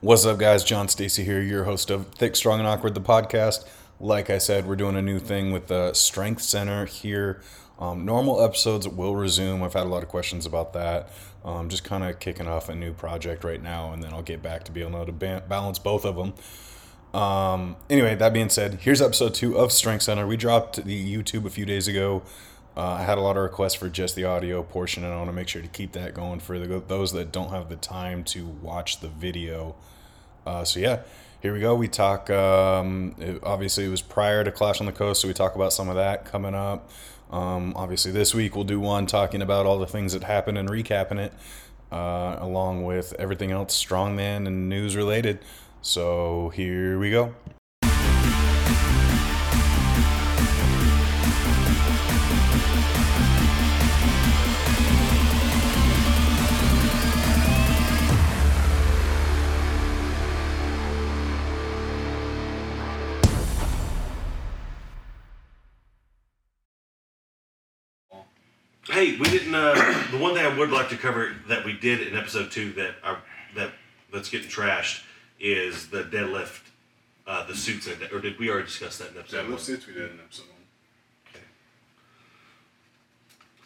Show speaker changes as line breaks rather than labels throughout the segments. What's up, guys? John Stacy here, your host of Thick, Strong, and Awkward, the podcast. Like I said, we're doing a new thing with the Strength Center here. Um, normal episodes will resume. I've had a lot of questions about that. Um, just kind of kicking off a new project right now, and then I'll get back to being able to ba- balance both of them. Um, anyway, that being said, here's episode two of Strength Center. We dropped the YouTube a few days ago. Uh, I had a lot of requests for just the audio portion, and I want to make sure to keep that going for the, those that don't have the time to watch the video. Uh, so yeah, here we go. We talk. Um, it, obviously, it was prior to Clash on the Coast, so we talk about some of that coming up. Um, obviously, this week we'll do one talking about all the things that happened and recapping it, uh, along with everything else strongman and news related. So here we go.
Hey, we didn't. Uh, the one thing I would like to cover that we did in episode two that I, that that's getting trashed is the deadlift, uh, the suits, and or did we already discuss that in episode
Deadlift
one?
suits we did in episode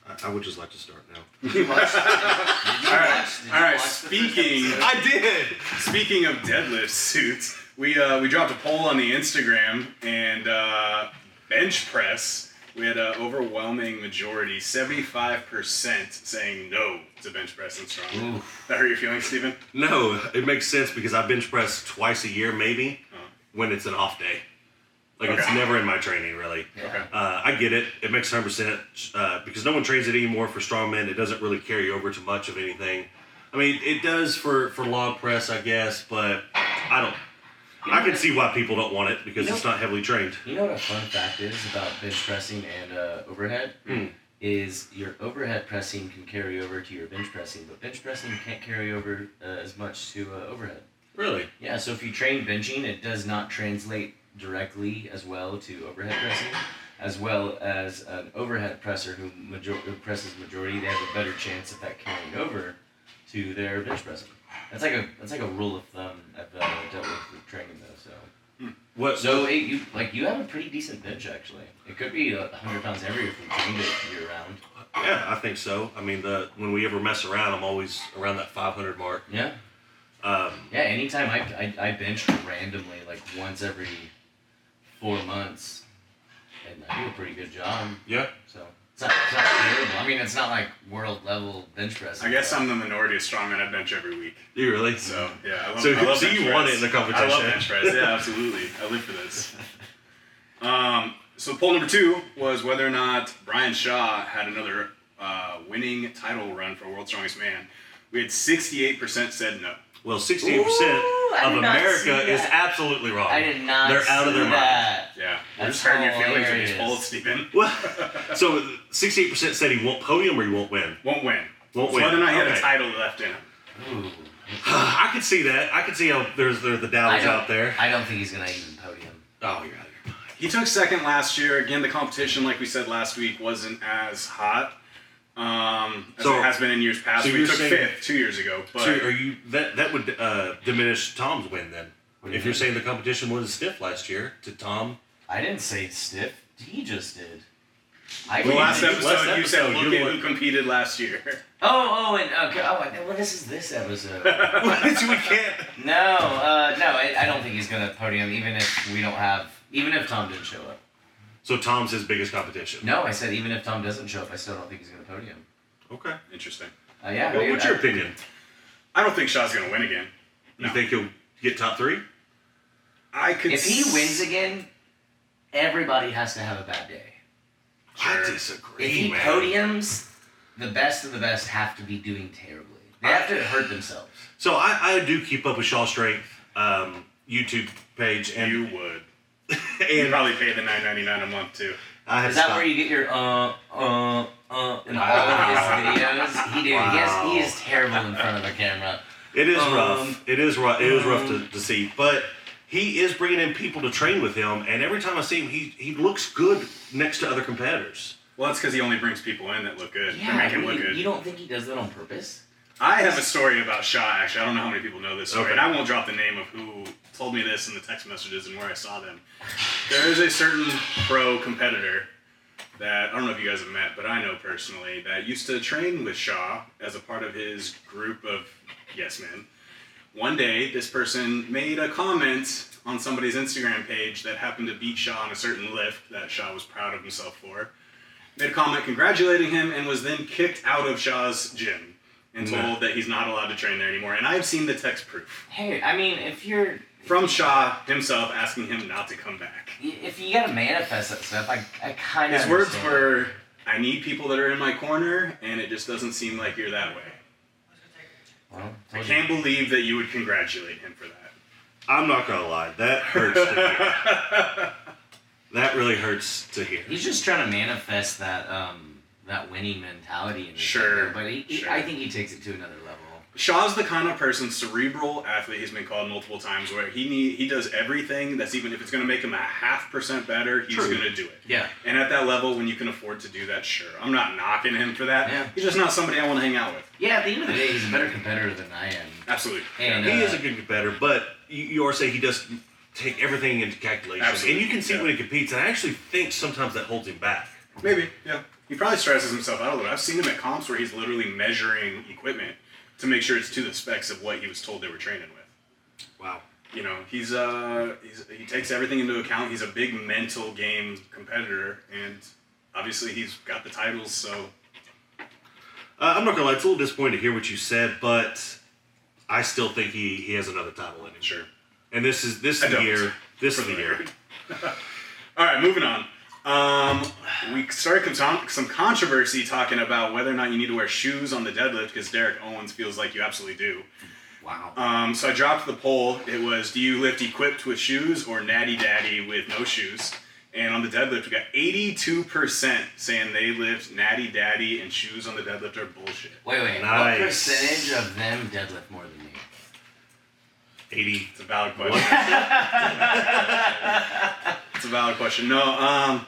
one.
I, I would just like to start now.
All right. Speaking
I did.
speaking of deadlift suits, we uh, we dropped a poll on the Instagram and uh, bench press. We had an overwhelming majority, seventy five percent, saying no to bench press and strong. That hurt your feelings, Stephen?
No, it makes sense because I bench press twice a year, maybe, when it's an off day. Like it's
Uh-huh. Okay.
never in my training, really.
Okay.
Uh, I get it. It makes 100% uh, because no one trains it anymore for strongmen. It doesn't really carry over to much of anything. I mean, it does for, for log press, I guess, but I don't. I can see why people don't want it because it's not heavily trained.
You know what a fun fact is about bench pressing and uh, overhead? Is your overhead pressing can carry over to your bench pressing, but bench pressing can't carry over uh, as much to uh, overhead.
Really?
Yeah, so if you train benching, it does not translate directly as well to overhead pressing, as well as an overhead presser who, major- who presses majority, they have a better chance of that carrying over to their bench pressing. That's like a that's like a rule of thumb I've uh, dealt with with training though. So.
What?
So hey, you like you have a pretty decent bench actually. It could be a hundred pounds heavier if we trained it year round.
yeah, I think so. I mean, the when we ever mess around, I'm always around that 500 mark.
Yeah.
Um,
Yeah. Anytime I, I I bench randomly like once every four months, and I do a pretty good job.
yeah.
So it's not, it's not terrible. I mean, it's not like world level bench press.
I guess I'm the minority of strongmen. I bench every week.
Do you really?
So yeah, I love.
So-
I love
so you
bench
want
press.
it in the
I love
competition.
bench press. Yeah, absolutely. I live for this. Um, so poll number two was whether or not Brian Shaw had another uh, winning title run for World's Strongest Man. We had sixty-eight percent said no.
Well, 68%
Ooh, I
of
did not
America
see
is
that.
absolutely wrong.
I did not.
They're out of
see
their mind.
that.
Yeah, we're
That's
just hurting your feelings with these
hilarious.
polls, Stephen.
Well, so 68% said he won't podium or he won't win.
Won't win.
Won't
It's
win.
Whether or not he had
Okay.
a title left in him.
Ooh.
I could see that. I could see how there's there are the
I
doubters
don't-
out there.
I don't think he's gonna even podium.
Oh, you're out of your mind.
He took second last year. Again, the competition, like we said last week, wasn't as hot um, as
So-
it has been in years past.
so
we
you're
took
saying-
fifth two years ago. But
So are you that that would uh, diminish Tom's win then?
What do
If
you
you're
mean?
saying the competition was stiff last year to Tom,
I didn't say stiff. He just did. I
The
can-
last
Last
episode, you said
episode,
look
you
at
were-
who competed last year.
Oh, oh, and okay. Oh, I- well, this is this episode.
So we can't.
No, uh, no, I, I don't think he's gonna podium, even if we don't have, even if Tom didn't show up.
So Tom's his biggest competition.
No, I said even if Tom doesn't show up, I still don't think he's gonna podium.
Okay.
Interesting.
Uh, yeah.
Well,
maybe
what's
that-
your opinion?
I don't think Shaw's gonna win again.
You think he'll get top three?
I could.
If he wins again, everybody has to have a bad day.
I
Sure.
disagree,
If he
man.
podiums, the best of the best have to be doing terribly. They have to hurt themselves.
So I, I do keep up with Shaw Strength um, YouTube page, and
you would. You
and
probably pay the nine ninety nine a month too.
I have
Is that
stopped.
where you get your uh uh uh in all of his videos? He did. He, has, he is terrible in front of a camera.
It is
Um,
rough. It is rough. It is rough to, to see, but he is bringing in people to train with him, and every time I see him, he he looks good next to other competitors.
Well, that's because he only brings people in that look good.
Yeah,
they make him
what
look
do you,
good.
you don't think he does that on purpose?
I have a story about Shaw, actually. I don't know how many people know this story,
Okay.
and I won't drop the name of who told me this in the text messages and where I saw them. There is a certain pro competitor that I don't know if you guys have met, but I know personally, that used to train with Shaw as a part of his group of yes men. One day, this person made a comment on somebody's Instagram page that happened to beat Shaw on a certain lift that Shaw was proud of himself for made a comment congratulating him and was then kicked out of Shaw's gym and told that he's not allowed to train there anymore. And I've seen the text proof
Hey, I mean, if you're
from Shaw himself asking him not to come back.
if you gotta manifest that stuff, I, I kind of
His words were, I need people that are in my corner, and it just doesn't seem like you're that way.
Well,
I
told you.
can't believe that you would congratulate him for that.
I'm not gonna lie, that hurts to hear. That really hurts to hear.
He's just trying to manifest that um that winning mentality in his
Sure,
head, but he, he-
sure.
I think he takes it to another level.
Shaw's the kind of person, cerebral athlete, he's been called multiple times, where he need, he does everything that's even if it's going to make him a half percent better, he's
True.
going to do it.
Yeah.
And at that level, when you can afford to do that, sure. I'm not knocking him for that.
Yeah.
He's just not somebody I want to hang out with.
Yeah, at the end of the day, he's a better competitor than I am.
Absolutely.
And
he
uh,
is a good competitor, but you, you are saying he does take everything into calculation,
Absolutely,
and you can see
yeah.
when he competes. And I actually think sometimes that holds him back.
Maybe. Yeah. He probably stresses himself out a little. I've seen him at comps where he's literally measuring equipment to make sure it's to the specs of what he was told they were training with.
Wow.
You know, he's uh, he's, he takes everything into account. He's a big mental game competitor, and obviously he's got the titles. So
Uh, I'm not gonna lie, it's a little disappointing to hear what you said, but I still think he, he has another title in him.
sure.
And this is this
I
is the
don't.
year. This
For
is the
the
year.
record. All right, moving on. Um, we started con- some controversy talking about whether or not you need to wear shoes on the deadlift because Derek Owens feels like you absolutely do.
wow.
Um, so I dropped the poll. It was, do you lift equipped with shoes or natty daddy with no shoes? And on the deadlift, we got 82% saying they lift natty daddy and shoes on the deadlift are bullshit.
wait, wait.
nice.
What percentage of them deadlift more than me?
Eighty.
It's a valid question. it's a valid question. No, um,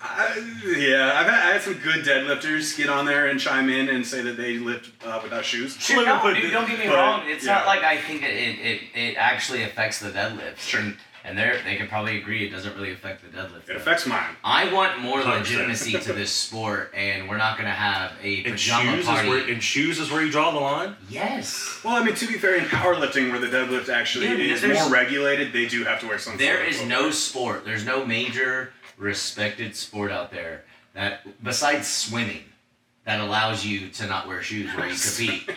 I, yeah, I've had, I had some good deadlifters get on there and chime in and say that they lift uh, without shoes.
Dude, no, dude, don't get me
But,
wrong. It's
yeah.
not like I think that it, it, it actually affects the deadlift.
Sure.
And, and they they could probably agree it doesn't really affect the deadlift.
it
though.
affects mine.
I want more
100%.
legitimacy to this sport, and we're not gonna have a
And
pajama
shoes
party.
is where and shoes is where you draw the line.
yes,
Well, I mean, to be fair, in powerlifting, where the deadlift actually
Dude,
is
there's-
more regulated, they do have to wear something.
there is no sport. There's no major respected sport out there that besides swimming that allows you to not wear shoes where you compete.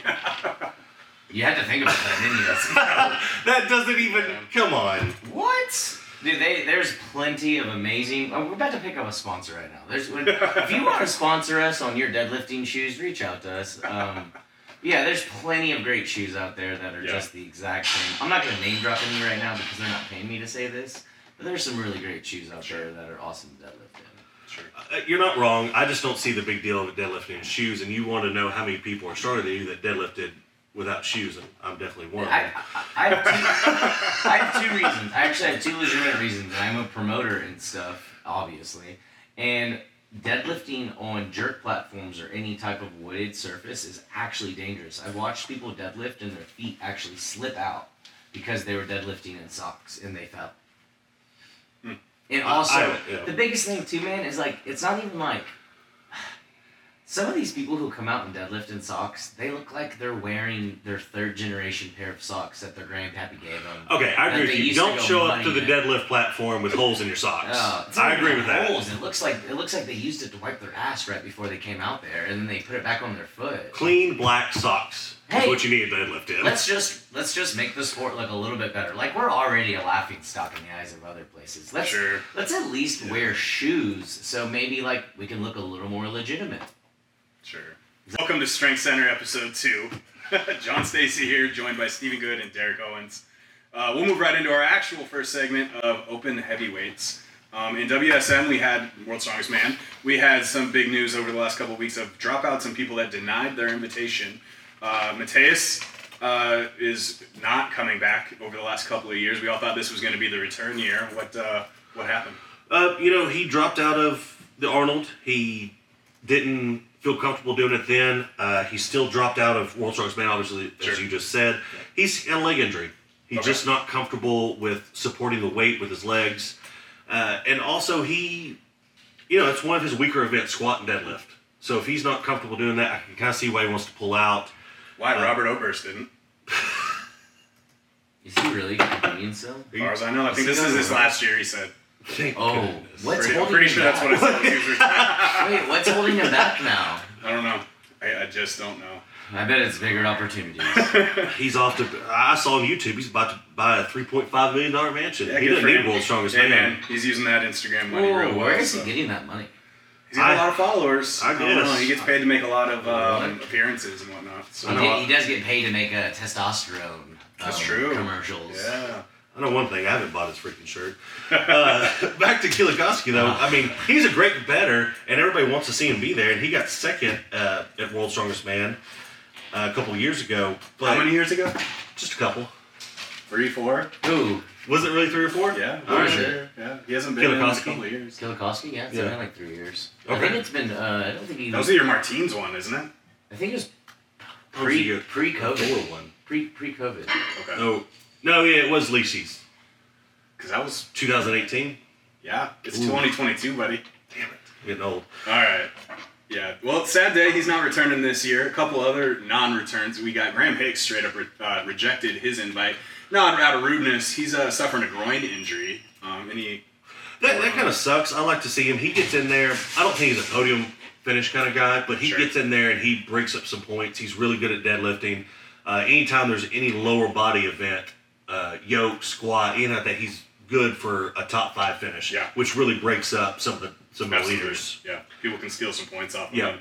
you had to think about that, didn't
That doesn't even come on.
you? what? Dude, they, there's plenty of amazing. oh, we're about to pick up a sponsor right now. There's when, if you want to sponsor us on your deadlifting shoes, reach out to us. Um, yeah, there's plenty of great shoes out there that are
Yeah.
just the exact same. I'm not gonna name drop any right now because they're not paying me to say this, but there's some really great shoes out there that are awesome to deadlift in.
Sure.
Uh, You're not wrong. I just don't see the big deal of a deadlifting in shoes, and you want to know how many people are stronger than you that deadlifted without shoes, and I'm definitely one of
I,
them.
I, I, have two, I have two reasons. I actually have two legitimate reasons. I'm a promoter and stuff, obviously, and deadlifting on jerk platforms or any type of wooded surface is actually dangerous. I've watched people deadlift and their feet actually slip out because they were deadlifting in socks and they fell. And also,
Hmm. I- yeah.
the biggest thing too, man, is like it's not even like some of these people who come out and deadlift in socks, they look like they're wearing their third generation pair of socks that their grandpappy gave them.
Okay, I agree
That
with
they
you.
used to
Don't
go
show up to
money
the
in.
deadlift platform with holes in your socks.
Oh, it's
I
not
agree
even
with that.
holes. It looks like it looks like they used it to wipe their ass right before they came out there, and then they put it back on their foot.
Clean black socks is
Hey.
what you need to deadlift in.
Let's just let's just make the sport look a little bit better. Like we're already a laughing stock in the eyes of other places. Let's
Sure.
let's at least wear shoes, so maybe like we can look a little more legitimate.
Sure. Welcome to Strength Center episode two. John Stacy here, joined by Stephen Good and Derek Owens. Uh, we'll move right into our actual first segment of open heavyweights. Um, in WSM, we had World's Strongest Man. We had some big news over the last couple of weeks of dropouts and people that denied their invitation. Uh, Mateus uh, is not coming back over the last couple of years. We all thought this was going to be the return year. What uh, what happened?
Uh, you know, he dropped out of the Arnold. He didn't feel comfortable doing it then. Uh, he still dropped out of World Strongest Man, obviously,
Sure.
as you just said. He's got a leg injury. He's
Okay.
just not comfortable with supporting the weight with his legs. Uh, and also, he, you know, it's one of his weaker events, squat and deadlift. So if he's not comfortable doing that, I can kind of see why he wants to pull out.
Why Robert Oberst didn't?
Is he really convenience cell?
As far as I know, I think this is his last year. He said.
Thank
Oh,
goodness.
what's
Pretty, I'm
holding
pretty
him
sure
back?
that's what I said. when he was retired.
Wait, what's holding him back now?
I don't know. I, I just don't know.
I bet it's bigger opportunities.
He's off to. I saw on YouTube. He's about to buy a three point five million dollar mansion.
Yeah,
he
good
doesn't
for
need
him.
world's strongest
Hey,
man.
He's using that Instagram money
Whoa,
real well.
where is he
so-
getting that money?
He's got a
I-
lot of followers.
I
I, don't know.
guess.
He gets paid to make a lot of um,
Really?
appearances and whatnot. So
He,
know
did-
what?
he does get paid to make uh, testosterone um,
that's true.
commercials.
Yeah.
I know one thing. I haven't bought his freaking shirt. Uh, back to Kilikowski though. I mean, he's a great better, and everybody wants to see him be there. And he got second uh, at World's Strongest Man uh, a couple years ago. But
How many years ago?
Just a couple.
Three, four.
Ooh,
Was it really three or four?
Yeah.
All right.
is it?
Yeah. He hasn't been in a
Kilikowski?
couple of years.
Kilikowski? Yeah, it's
Yeah.
been like three years. I
Okay.
think it's been, uh, I don't think he
That
was,
was your Martins one, isn't it?
I think it was
That was a
pre,
good-
pre-COVID.
Thor one.
Pre, pre-COVID.
Okay.
No, no, yeah, it was Lisi's.
Because that was
2018.
yeah. It's
Ooh.
2022, buddy.
Damn it, getting old.
All right. Yeah. Well, it's sad day. He's not returning this year. A couple other non-returns. We got Graham Hicks straight up re- uh, rejected his invite. Not out of rudeness. He's uh, suffering a groin injury. Um, and he
That, that kind of sucks. I like to see him. He gets in there. I don't think he's a podium finish kind of guy, but he
Sure.
gets in there and he breaks up some points. He's really good at deadlifting. Uh, anytime there's any lower body event, uh, yoke, squat, anything like that, he's good for a top five finish.
Yeah.
which really breaks up some of the some of the
Absolutely.
leaders.
Yeah, people can steal some points off. Of
Yeah.
Them.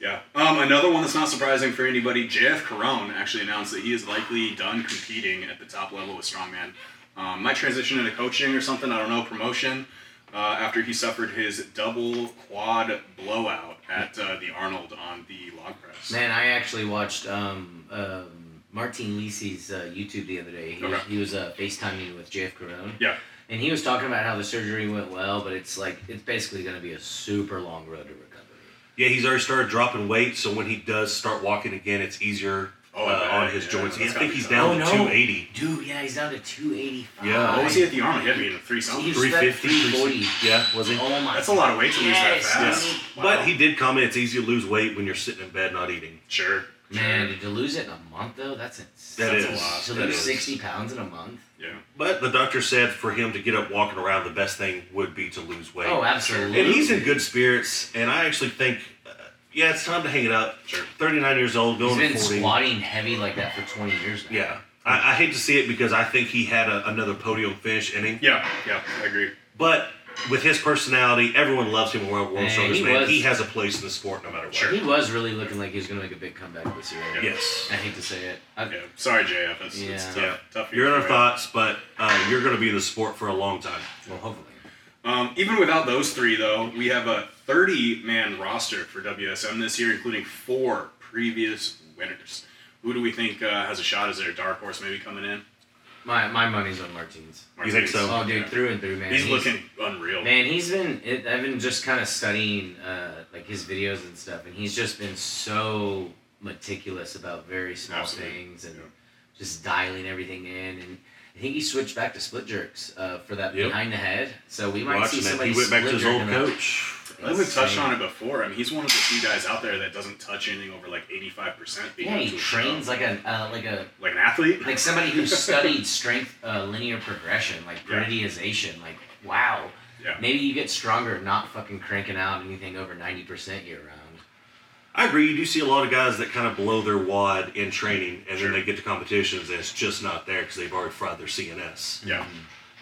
Yeah. Um, another one that's not surprising for anybody. JF Carone actually announced that he is likely done competing at the top level with strongman. Um, might transition into coaching or something. I don't know promotion. Uh, after he suffered his double quad blowout at uh, the Arnold on the log press.
Man, I actually watched um, um, Martin Lisi's uh, YouTube the other day. He,
Okay.
he was uh, FaceTiming with JF Carone.
Yeah.
And he was talking about how the surgery went well, but it's like, it's basically going to be a super long road to recovery.
Yeah, he's already started dropping weight, so when he does start walking again, it's easier
Oh,
uh,
yeah,
on his
yeah,
joints. I
that's
think
gotta
he's
be
down
tough.
to
Oh, no.
280.
Dude, yeah, he's down to Oh, 285.
Yeah.
What was he at the Arnold? He had me in a three
He
something.
was at
350,
340.
Yeah, was he?
Oh my
That's a lot of weight to lose that
Yes,
fast.
dude.
Wow.
But he did comment it's easy to lose weight when you're sitting in bed not eating.
sure.
Man, did you lose it in a month though? That's insane.
That
That's a
is-
lot.
To
that
lose
is.
60 pounds in a month?
Yeah.
But the doctor said for him to get up walking around, the best thing would be to lose weight.
Oh, absolutely.
And he's in good spirits, and I actually think, uh, yeah, it's time to hang it up.
Sure.
39 years old,
He's
going
been
to 40.
squatting heavy like that for 20 years now.
Yeah. I, I hate to see it because I think he had a, another podium finish inning.
Yeah. Yeah. I agree.
But with his personality, everyone loves him. World
Man,
World Strongest
he
Man.
was-
He has a place in the sport no matter what.
Sure.
He was really looking like he was going to make a big comeback this year.
Yes.
I hate to say it. I,
Yeah. Sorry, JF. That's,
Yeah.
that's tough.
Yeah.
tough
You're in our
for you.
thoughts, but uh, you're going to be in the sport for a long time.
Well, hopefully.
Um, even without those three, though, we have a 30 man roster for WSM this year, including four previous winners. Who do we think uh, has a shot? Is there a dark horse maybe coming in?
My, my money's on Martins.
You think so?
Oh, dude, through and through, man.
He's, looking unreal.
Man, he's been. It, I've been just kind of studying uh, like his videos and stuff, and he's just been so meticulous about very small
Absolutely.
things and
Yeah.
just dialing everything in. And I think he switched back to split jerks uh, for that
Yep.
behind the head. So we might see
Watching that,
somebody.
he went back to
split
his old
jerking that.
coach.
I haven't touched
Insane.
on it before. I mean, he's one of the few guys out there that doesn't touch anything over like 85%.
Yeah, he trains like a uh, like a
like an athlete.
like somebody who studied strength uh, linear progression, like
Yeah.
periodization. Like wow,
Yeah.
maybe you get stronger not fucking cranking out anything over ninety percent year round.
I agree. You do see a lot of guys that kind of blow their wad in training, and
Sure.
then they get to competitions, and it's just not there because they've already fried their CNS.
Yeah.
Mm-hmm.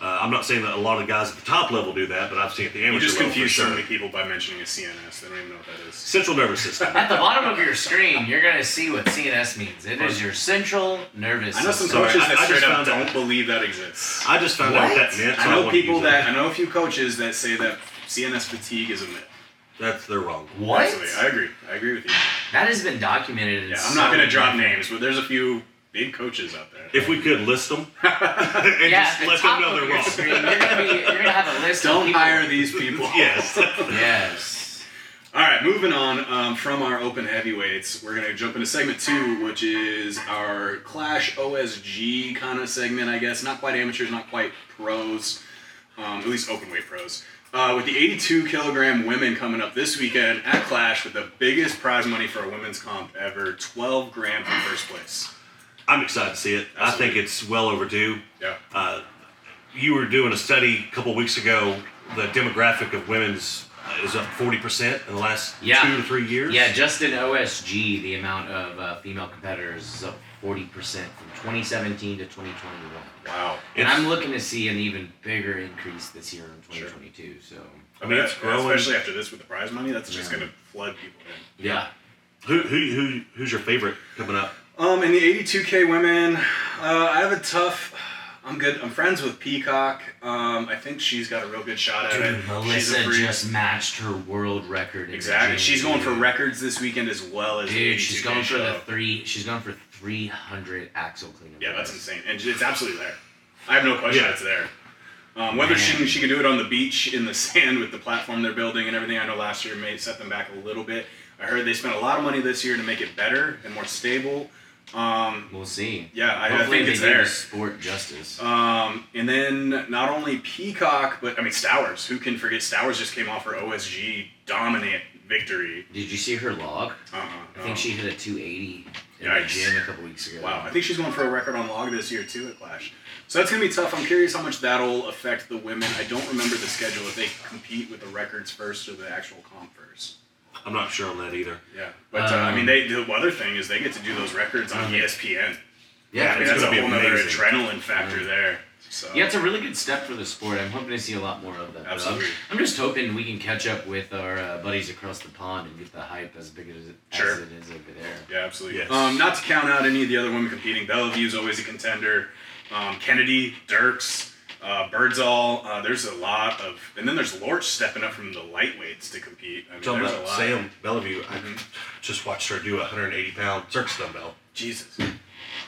Uh, I'm not saying that a lot of guys at the top level do that, but I've seen it at the
You
amateur
just
level for
confuse so
sure.
many people by mentioning a CNS. They don't even know what that is.
Central nervous system.
At the bottom of your screen, you're gonna see what CNS means. It is your central nervous
I know
system.
some
Sorry,
coaches
I-
that
I
straight
just
up
found out-
don't believe that exists.
I just found out what that meant. So
I know
wouldn't
people
use it.
that I know a few coaches that say that CNS fatigue is a myth.
that's they're wrong.
What?
Absolutely. I agree. I agree with you.
That has been documented. In
Yeah, I'm
so
not gonna
many
drop
different-
names, but there's a few big coaches out there.
If we could list them and
Yeah,
just
at the
let
top
them know
of
they're
your
wrong.
Screen, you're, gonna be, you're gonna have a list. of
Don't
people.
hire these people.
Yes.
Yes.
All right, moving on um, from our open heavyweights, we're gonna jump into segment two, which is our Clash OSG kind of segment, I guess. Not quite amateurs, not quite pros, um, at least open weight pros. Uh, with the 82 kilogram women coming up this weekend at Clash with the biggest prize money for a women's comp ever, 12 grand from first place.
I'm excited to see it. I think it's well overdue.
Yeah.
Uh, you were doing a study a couple weeks ago. The demographic of women's uh, is up 40% in the last
Yeah.
two to three years.
Yeah, just in OSG, the amount of uh, female competitors is up 40% from 2017 to 2021.
Wow.
And
It's-
I'm looking to see an even bigger increase this year in 2022. So,
I mean, it's growing.
Especially after this with the prize money, that's just
Yeah.
gonna flood people in.
yeah.
Who, who, who, who's your favorite coming up?
Um, in the 82k women, uh, I have a tough. I'm good. I'm friends with Peacock. Um, I think she's got a real good shot at it. she's
Melissa
a freak.
just matched her world record. in
exactly.
Virginia.
She's going for records this weekend as well as the
Dude,
82K
she's going for
show.
the three. She's going for 300 axle clean. and
Yeah, that's
press.
insane, and it's absolutely there. I have no question
Yeah.
it's there. Um, whether she
Man.
can, she can do it on the beach in the sand with the platform they're building and everything. I know last year may set them back a little bit. I heard they spent a lot of money this year to make it better and more stable. Um,
We'll see.
Yeah, I- I
Hopefully
think
they
it's
give
there.
the sport justice.
Um, and then not only Peacock, but I mean Stowers. Who can forget Stowers just came off her OSG dominant victory.
Did you see her log?
Uh,
I think she hit a 280 in the
Yikes.
gym a couple weeks ago.
Um, Wow, I think she's going for a record on log this year too at Clash. So that's gonna be tough. I'm curious how much that'll affect the women. I don't remember the schedule if they compete with the records first or the actual comp first.
I'm not sure on that either.
Yeah, but uh, I mean,
Um,
they the other thing is they get to do those records on E ESPN.
Yeah,
I mean,
it's
that's a
gonna be
whole nother
amazing.
adrenaline factor there. So
Mm-hmm. Yeah, it's a really good step for the sport. I'm hoping to see a lot more of that. But I'm-
Absolutely.
I'm, just hoping we can catch up with our uh, buddies across the pond and get the hype as big as, it-
Sure.
as it is over there.
Yeah, absolutely.
Yes.
Um, not to count out any of the other women competing, Bellevue is always a contender. Um, Kennedy, Dirks, uh, Birdsall. Uh, there's a lot of, and then there's Lorch stepping up from the lightweights to compete. I mean,
Talking
there's a
about
lot. Mm-hmm.
Sam Bellevue, I just watched her do a 180 pound circus dumbbell.
Jesus.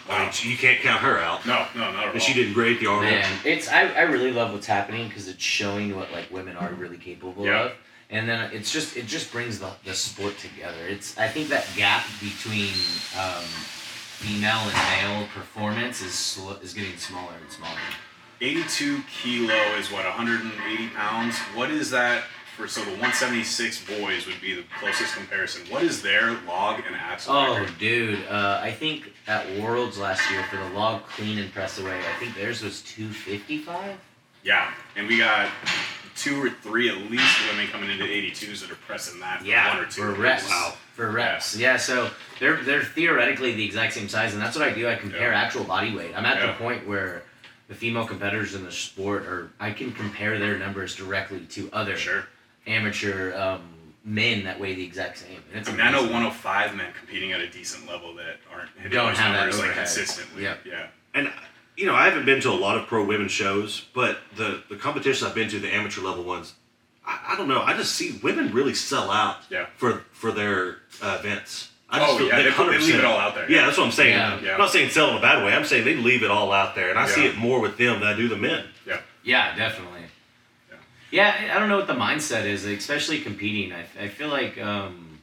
I mean, you can't count her out.
No, no, not at all.
And she did great at the Arnold.
Man, it's I, I really love what's happening because it's showing what like women are really capable
Yeah.
of, and then it's just it just brings the, the sport together. It's I think that gap between um, female and male performance is sl- is getting smaller and smaller.
82 kilo is what 180 pounds. What is that for? So the 176 boys would be the closest comparison. What is their log and axle
Oh,
record?
dude, uh, I think at Worlds last year for the log clean and press away, I think theirs was two fifty five.
Yeah, and we got two or three at least women coming into 82s that are pressing that. for
Yeah,
one or two.
for reps.
Wow.
For reps. Yeah. so they're they're theoretically the exact same size, and that's what I do. I compare
Yeah.
actual body weight. I'm at
Yeah.
the point where the female competitors in the sport are. I can compare their numbers directly to other
Sure.
amateur um, men that weigh the exact same. And it's
I mean, I know
amazing.
105 men competing at a decent level that aren't hitting
Don't
those
have that
numbers like
overhead.
consistently.
Yeah.
Yeah.
And you know, I haven't been to a lot of pro women shows, but the the competitions I've been to, the amateur level ones, I, I don't know. I just see women really sell out.
Yeah.
For for their uh, events. I just
Oh,
feel
yeah, they put- they leave
100%.
it all out there.
Yeah, that's what I'm saying.
Yeah.
Yeah.
I'm not saying sell in a bad way. I'm saying they leave it all out there, and I see
Yeah.
it more with them than I do the men.
Yeah.
Yeah, definitely.
Yeah.
Yeah, I- I don't know what the mindset is, especially competing. I, I feel like um,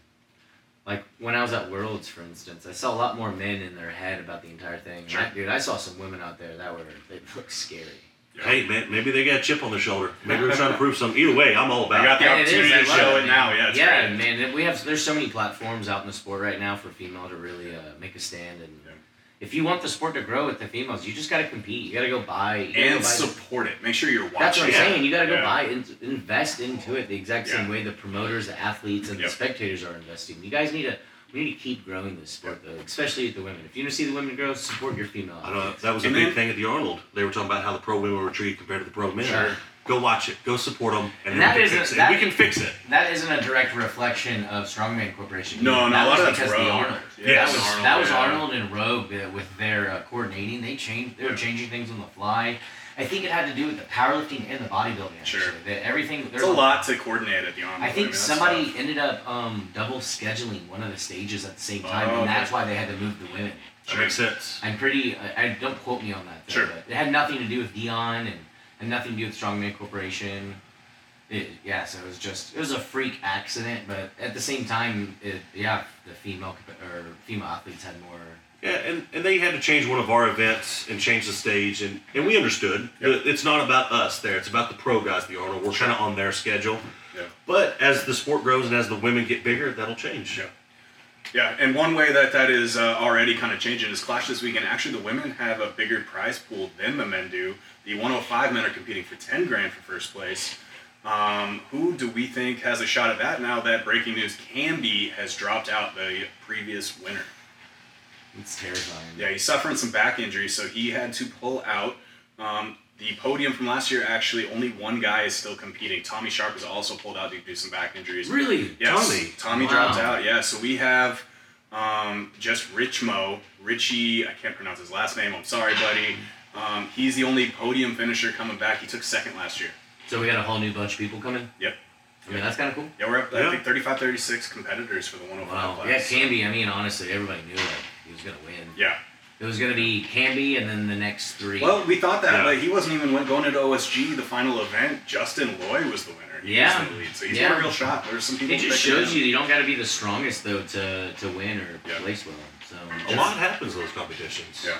like when I was at Worlds, for instance, I saw a lot more men in their head about the entire thing. And
Sure.
I- dude, I saw some women out there that were they looked scary.
Yeah.
Hey, man, maybe they got a chip on their shoulder. Maybe they're trying to prove something. Either way, I'm all
I
about.
got
it.
the
Yeah, it is.
opportunity
I
to
love
show it,
man.
now. Yeah. It's
yeah,
great.
man. We have there's so many platforms out in the sport right now for female to really uh, make a stand. And
Yeah.
if you want the sport to grow with the females, you just got to compete. You got to go buy you gotta go
And
buy-
support it. Make sure you're watching.
That's what I'm
Yeah.
saying. You got to go
Yeah.
buy and invest into it the exact same
Yeah.
way the promoters, the athletes, and
Yep.
the spectators are investing. You guys need to we need to keep growing this sport though, especially with the women. If you want to see the women grow, support your female.
I don't know.
athletes.
That was a
And
big
then-
thing at the Arnold. They were talking about how the pro women were treated compared to the pro men.
Sure.
Go watch it. Go support them, and,
And
then
that
we can
isn't-
fix it.
that-
we can fix it.
That isn't a direct reflection of Strongman Corporation.
No, no,
that
a lot
was
of that's
because of the
Rogue.
Arnold.
Yeah,
that
it's
was
Arnold,
that was
yeah.
Arnold and Rogue uh, with their uh, coordinating. They changed. They were changing things on the fly. I think it had to do with the powerlifting and the bodybuilding.
Sure.
actually. That everything.
It's
there's
a lot to coordinate at the arm.
I think
mean, that's
somebody
tough.
ended up um, double scheduling one of the stages at the same time,
Oh, okay.
and that's why they had to move the women.
That makes sense.
I'm pretty. I, I don't quote me on that. Though,
Sure.
But it had nothing to do with Dion and, and nothing to do with Strongman Corporation. It, yeah, so it was just it was a freak accident, but at the same time, it, yeah, the female comp- or female athletes had more.
Yeah, and, and they had to change one of our events and change the stage, and, and we understood.
Yep.
It's not about us there, it's about the pro guys, the Arnold. We're kind of on their schedule.
Yeah.
But as the sport grows and as the women get bigger, that'll change.
Yeah. Yeah, and one way that that is uh, already kind of changing is Clash this weekend. Actually, the women have a bigger prize pool than the men do. The 105 men are competing for 10 grand for first place. Um, who do we think has a shot at that now that breaking news Canby has dropped out the previous winner?
It's terrifying.
Yeah, he's suffering some back injury, so he had to pull out. Um, the podium from last year, actually, only one guy is still competing. Tommy Sharp has also pulled out due to some back injuries.
Really,
Yes,
Tommy.
Tommy
Wow.
dropped out. Yeah, so we have um, just Rich Mo, Richie. I can't pronounce his last name. I'm sorry, buddy. Um, he's the only podium finisher coming back. He took second last year.
So we got a whole new bunch of people coming.
Yep.
I mean, that's kind of cool.
Yeah, we're up. I
Yeah.
think 35, 36 competitors for the 105
Wow. Yeah,
class.
Camby. I mean, honestly, everybody knew like he was gonna win.
Yeah.
It was gonna be Camby, and then the next three.
Well, we thought that,
Yeah.
but he wasn't even going into OSG, the final event. Justin Loy was the winner. He
Yeah.
was in the lead, so he's
Yeah.
got a real shot. There's some people.
it just
picking
shows
him.
you that you don't got to be the strongest though to to win or
um, Yeah.
place well. So
A lot happens in those competitions.
Yeah.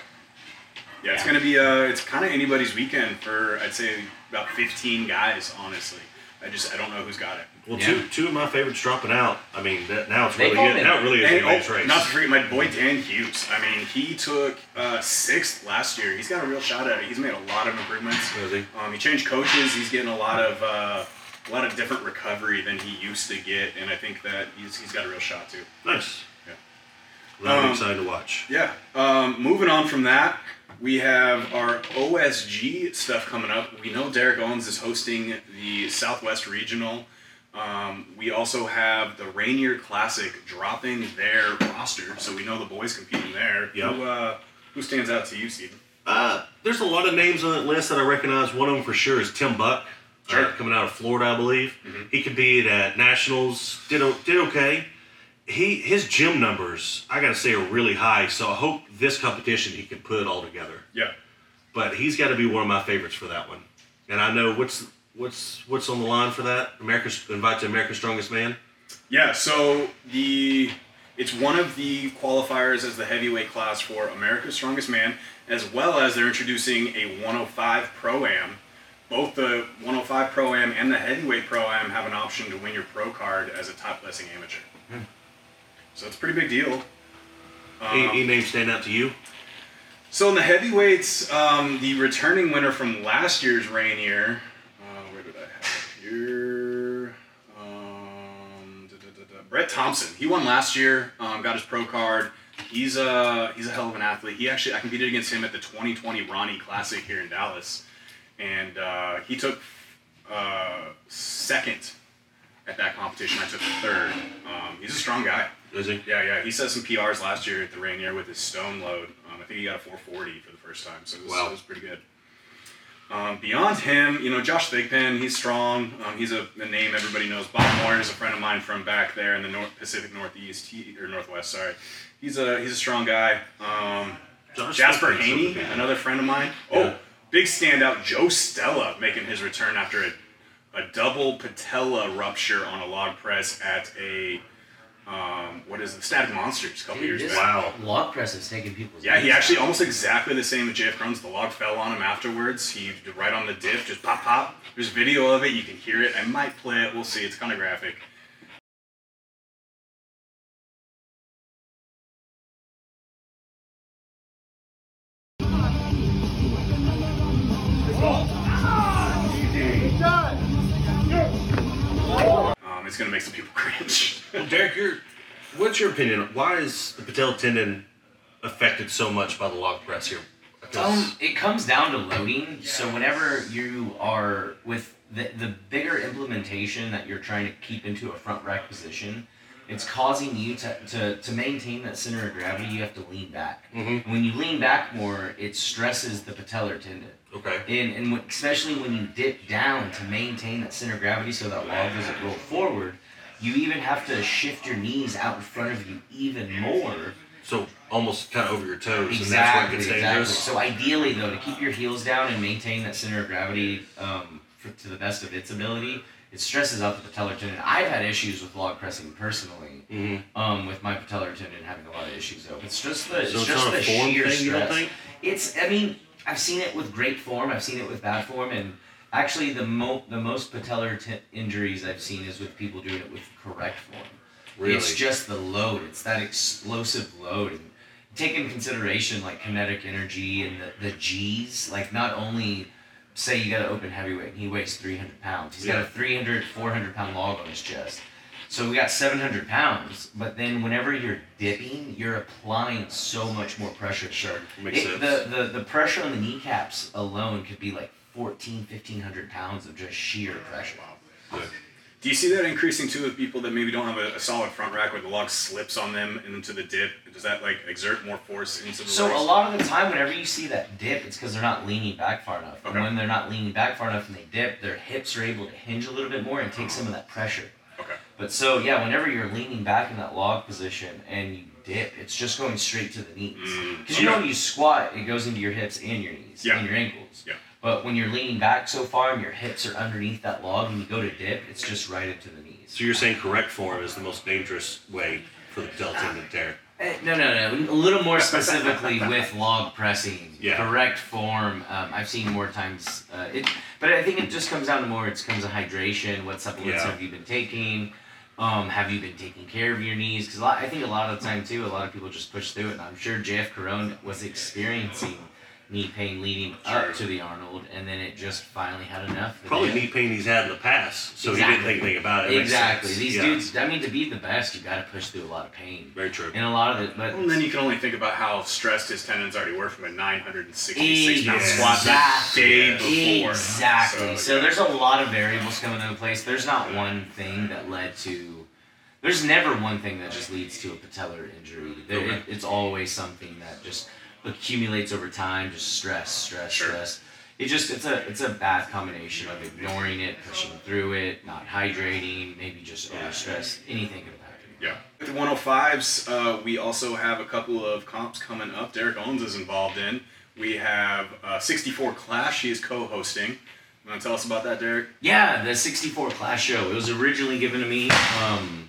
Yeah, it's
Yeah.
gonna be uh, it's kind of anybody's weekend for I'd say about 15 guys, honestly. I just I don't know who's got it.
Well,
Yeah.
two two of my favorites dropping out. I mean, that, now it's
They
really
called
good.
it.
Now it really is
And,
anybody's
oh,
race.
not to forget my boy Dan Hughes. I mean, he took uh, sixth last year. He's got a real shot at it. He's made a lot of improvements.
Has he?
Um, he changed coaches. He's getting a lot of uh, a lot of different recovery than he used to get, and I think that he's, he's got a real shot too.
Nice.
Yeah.
Well, I'm
Um,
excited to watch.
Yeah. Um, moving on from that, we have our OSG stuff coming up. We know Derek Owens is hosting the Southwest Regional. Um, we also have the Rainier Classic dropping their roster, so we know the boys competing there.
Yep.
Who, uh, who stands out to you, Steven?
Uh, there's a lot of names on that list that I recognize. One of them for sure is Tim Buck, uh,
Sure. Mm-hmm.
coming out of Florida, I believe. He competed at uh, nationals. Did o- did okay. He his gym numbers, I gotta say, are really high. So I hope this competition he can put it all together.
Yeah.
But he's got to be one of my favorites for that one. And I know what's what's what's on the line for that. America's invite to America's Strongest Man.
Yeah, so the it's one of the qualifiers as the heavyweight class for America's Strongest Man, as well as they're introducing a 105 pro am. Both the 105 pro am and the heavyweight pro am have an option to win your pro card as a top blessing amateur. So it's a pretty big deal. Um,
Any, any names stand out to you?
So in the heavyweights, um, the returning winner from last year's Rainier, uh, where did I have it here? Um, da, da, da, da. Brett Thompson. He won last year. Um, got his pro card. He's a he's a hell of an athlete. He actually I competed against him at the 2020 Ronnie Classic here in Dallas, and uh, he took uh, second at that competition. I took third. Um, he's a strong guy.
Is he?
Yeah, yeah. He set some PRs last year at the Rainier with his stone load. Um, I think he got a 440 for the first time, so it was,
Wow.
it was pretty good. Um, beyond him, you know, Josh Thigpen, he's strong. Um, he's a, a name everybody knows. Bob Moore is a friend of mine from back there in the North Pacific Northeast, he, or Northwest, sorry. He's a he's a strong guy. Um,
Josh
Jasper
Thigpen's
Haney,
something.
another friend of mine.
Yeah.
Oh, big standout, Joe Stella making his return after a, a double patella rupture on a log press at a, um, what is it, Static Monsters a couple
Dude,
years
this
back.
Wow.
log press is taking people's.
Yeah, he
lives.
actually almost exactly the same as JF Crumbs. The log fell on him afterwards. He right on the dip, just pop pop. There's video of it. You can hear it. I might play it. We'll see. It's kind of graphic. Um, it's gonna make some people cringe.
Derek, your what's your opinion? Why is the patella tendon affected so much by the log press here? Because-
Um, it comes down to loading. So whenever you are with the, the bigger implementation that you're trying to keep into a front rack position, it's causing you to, to, to maintain that center of gravity. You have to lean back. And when you lean back more, it stresses the patellar tendon.
okay.
And, and when- especially when you dip down to maintain that center of gravity so that log doesn't roll forward, you even have to shift your knees out in front of you even more
So almost kind of over your toes, and that's where it
Exactly,
gets
exactly.
dangerous.
So ideally, though, to keep your heels down and maintain that center of gravity um, for, to the best of its ability, it stresses out the patellar tendon. I've had issues with log pressing personally, um, with my patellar tendon having a lot of issues. Though it's just the
Mm-hmm. So
it's
it's
just
not a
the
form
sheer
thing, you don't
stress.
think?
It's I mean I've seen it with great form. I've seen it with bad form, and actually the mo- the most patellar t- injuries I've seen is with people doing it with correct form.
Really?
It's just the load. It's that explosive load. And take in consideration like kinetic energy and the, the G's. Like not only say you got to open heavyweight and he weighs 300 pounds. He's got
Yeah.
a 300, 400 pound log on his chest. So we got 700 pounds, but then whenever you're dipping, you're applying so much more pressure. Sure,
makes sense.
The, the, the pressure on the kneecaps alone could be like 14, 1500 pounds of just sheer pressure.
Good.
Do you see that increasing too with people that maybe don't have a, a solid front rack where the log slips on them and into the dip? Does that like exert more force into the
So
legs?
a lot of the time, whenever you see that dip, it's because they're not leaning back far enough.
Okay.
And when they're not leaning back far enough and they dip, their hips are able to hinge a little bit more and take some of that pressure.
Okay.
But so yeah, whenever you're leaning back in that log position and you dip, it's just going straight to the knees.
Mm,
Because you know
okay.
when you squat, it goes into your hips and your knees
Yeah.
and your ankles.
Yeah.
But when you're leaning back so far and your hips are underneath that log and you go to dip, it's just right into the knees.
So you're saying correct form is the most dangerous way for the delta tendon tear.
Eh, No, no, no. A little more specifically with log pressing,
Yeah.
correct form. Um, I've seen more times. Uh, it, but I think it just comes down to more. It comes to hydration. What supplements
Yeah.
have you been taking? Um, have you been taking care of your knees? Because I think a lot of the time too, a lot of people just push through it. And I'm sure JF Carone was experiencing knee pain leading
Sure.
up to the Arnold, and then it just finally had enough. and
Probably
then-
knee pain he's had in the past, so he didn't
Exactly.
think anything about it. It makes
Exactly.
sense.
These
Yeah.
dudes. I mean, to be the best, you got to push through a lot of pain.
Very true.
And a lot of it, but
And then you can only think about how stressed his tendons already were from a 966 pound
Exactly.
squat that day before.
Exactly. So,
yeah.
there's a lot of variables coming into place. There's not one thing that led to. There's never one thing that just leads to a patellar injury. There, it- it's always something that just accumulates over time. Just stress, stress,
Sure.
stress. It just it's a it's a bad combination of ignoring it, pushing through it, not hydrating, maybe just over stress. Anything can happen.
Yeah. With the 105s, uh, we also have a couple of comps coming up. Derek Owens is involved in. We have uh, 64 Clash. He is co-hosting. You want to tell us about that, Derek?
Yeah, the 64 Clash Show. It was originally given to me. Um,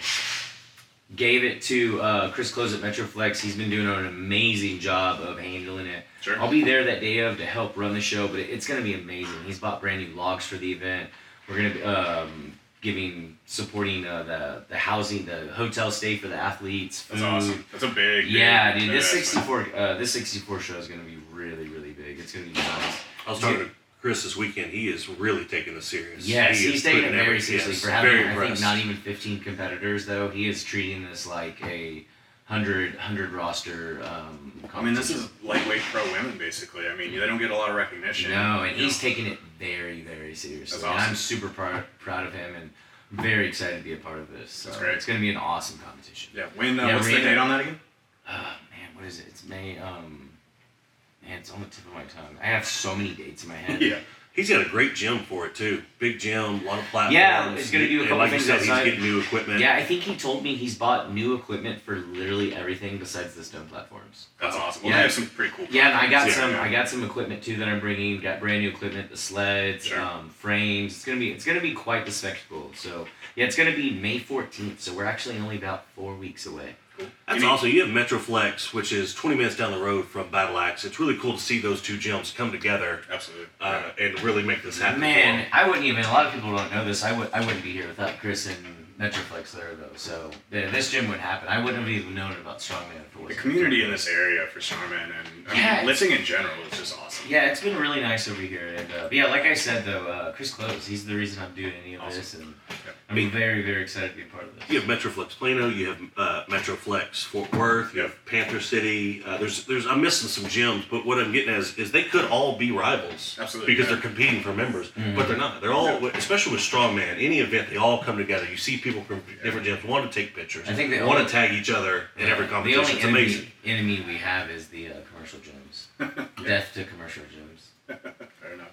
gave it to uh, Chris Close at Metroflex. He's been doing an amazing job of handling it.
Sure.
I'll be there that day of to help run the show, but it's going to be amazing. He's bought brand new logs for the event. We're going to be um, giving, supporting uh, the, the housing, the hotel stay for the athletes.
That's
food.
awesome. That's a big.
Yeah,
big
dude, this
badass one.
64 uh, this 64 show is going to be really, really big. It's going to be nice.
I was talking to Chris this weekend. He is really taking this serious.
Yes,
He is
he's taking it
putting
very
every-
seriously
yes,
for having
very
I think
impressed.
not even 15 competitors though. He is treating this like a 100 100 roster um
I mean, this is lightweight pro women, basically. I mean, they don't get a lot of recognition.
no, and
You
he's
know.
taking it very very seriously.
That's
And
awesome.
I'm super proud proud of him and very excited to be a part of this. So
That's great.
it's going to be an awesome competition.
Yeah. When? Uh,
Yeah,
what's the
Rhea-
date on that again?
Uh, man, what is it? It's May um man, it's on the tip of my tongue. I have so many dates in my head.
He's got a great gym for it too. Big gym, a lot of platforms.
Yeah, he's gonna do a
And
couple
like
things
you said,
outside.
he's getting new equipment.
Yeah, I think he told me he's bought new equipment for literally everything besides the stone platforms.
That's awesome. Well,
Yeah.
they have some pretty cool.
Yeah, and I got
Yeah,
some.
yeah.
I got some equipment too that I'm bringing. Got brand new equipment, the sleds,
Sure.
um, frames. It's gonna be. It's gonna be quite the spectacle. So yeah, it's gonna be May 14th. So we're actually only about four weeks away.
That's
Any-
awesome. You have Metroflex, which is 20 minutes down the road from Battle Axe. It's really cool to see those two gyms come together
Absolutely.
uh, and really make this happen.
Man, I wouldn't even. A lot of people don't know this. I would. I wouldn't be here without Chris and Metroflex there though. So yeah, this gym would happen. I wouldn't have even known about Strongman if it
the
wasn't.
community in this area for strongmen and I mean,
Yeah.
lifting in general is just awesome.
Yeah, it's been really nice over here, and uh, but yeah, like I said though, uh, Chris Close. He's the reason I'm doing any of
Awesome.
this, and I'm very, very excited to be a part of this.
You have Metroflex Plano. You have uh, Metroflex Fort Worth. You have Panther City. Uh, there's, there's. I'm missing some gyms, but what I'm getting at is, is they could all be rivals.
Absolutely,
Because
yeah.
they're competing for members,
Mm-hmm.
but they're not. They're all, especially with strongman, any event, they all come together. You see people from different gyms want to take pictures.
I think they
want
all-
to tag each other in every
Yeah,
competition.
The only
it's
enemy,
amazing.
enemy we have is the uh, commercial gyms. Death to commercial gyms.
Fair enough.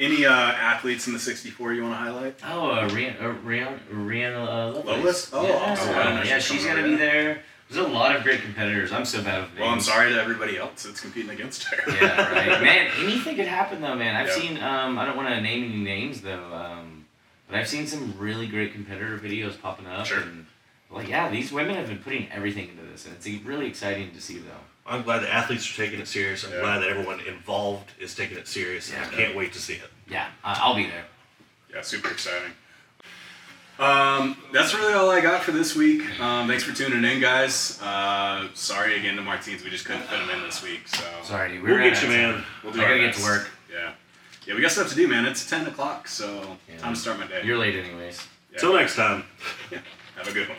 Any uh, athletes in the 64 you want to highlight?
Oh, uh, Rihanna, uh, Rihanna, Rihanna uh,
Loveless? Oh,
yeah,
awesome. I didn't know she
yeah,
was
she's
coming
gonna
over
be there. There's a lot of great competitors. I'm so bad with names.
Well, I'm sorry to everybody else that's competing against her.
Yeah, right, man. Anything could happen though, man. I've
Yeah.
seen. Um, I don't want to name any names though. Um, But I've seen some really great competitor videos popping up.
Sure.
And like, yeah, these women have been putting everything into this, and it's e-, really exciting to see, though.
I'm glad the athletes are taking it serious. I'm
Yeah.
glad that everyone involved is taking it serious. and I
Yeah.
can't wait to see it.
Yeah, I- I'll be there.
Yeah, super exciting. Um, that's really all I got for this week. Um, thanks for tuning in, guys. Uh, sorry again to Martins, we just couldn't fit him in this week. So
Sorry, dude. We
We'll
ran
get
out
you,
of time.
man.
we'll do
I
our
gotta get
best.
to work.
Yeah, yeah, we got stuff to do, man. It's ten o'clock, so
Yeah.
time to start my day.
You're late, anyways.
Yeah.
Till next time.
Have a good one.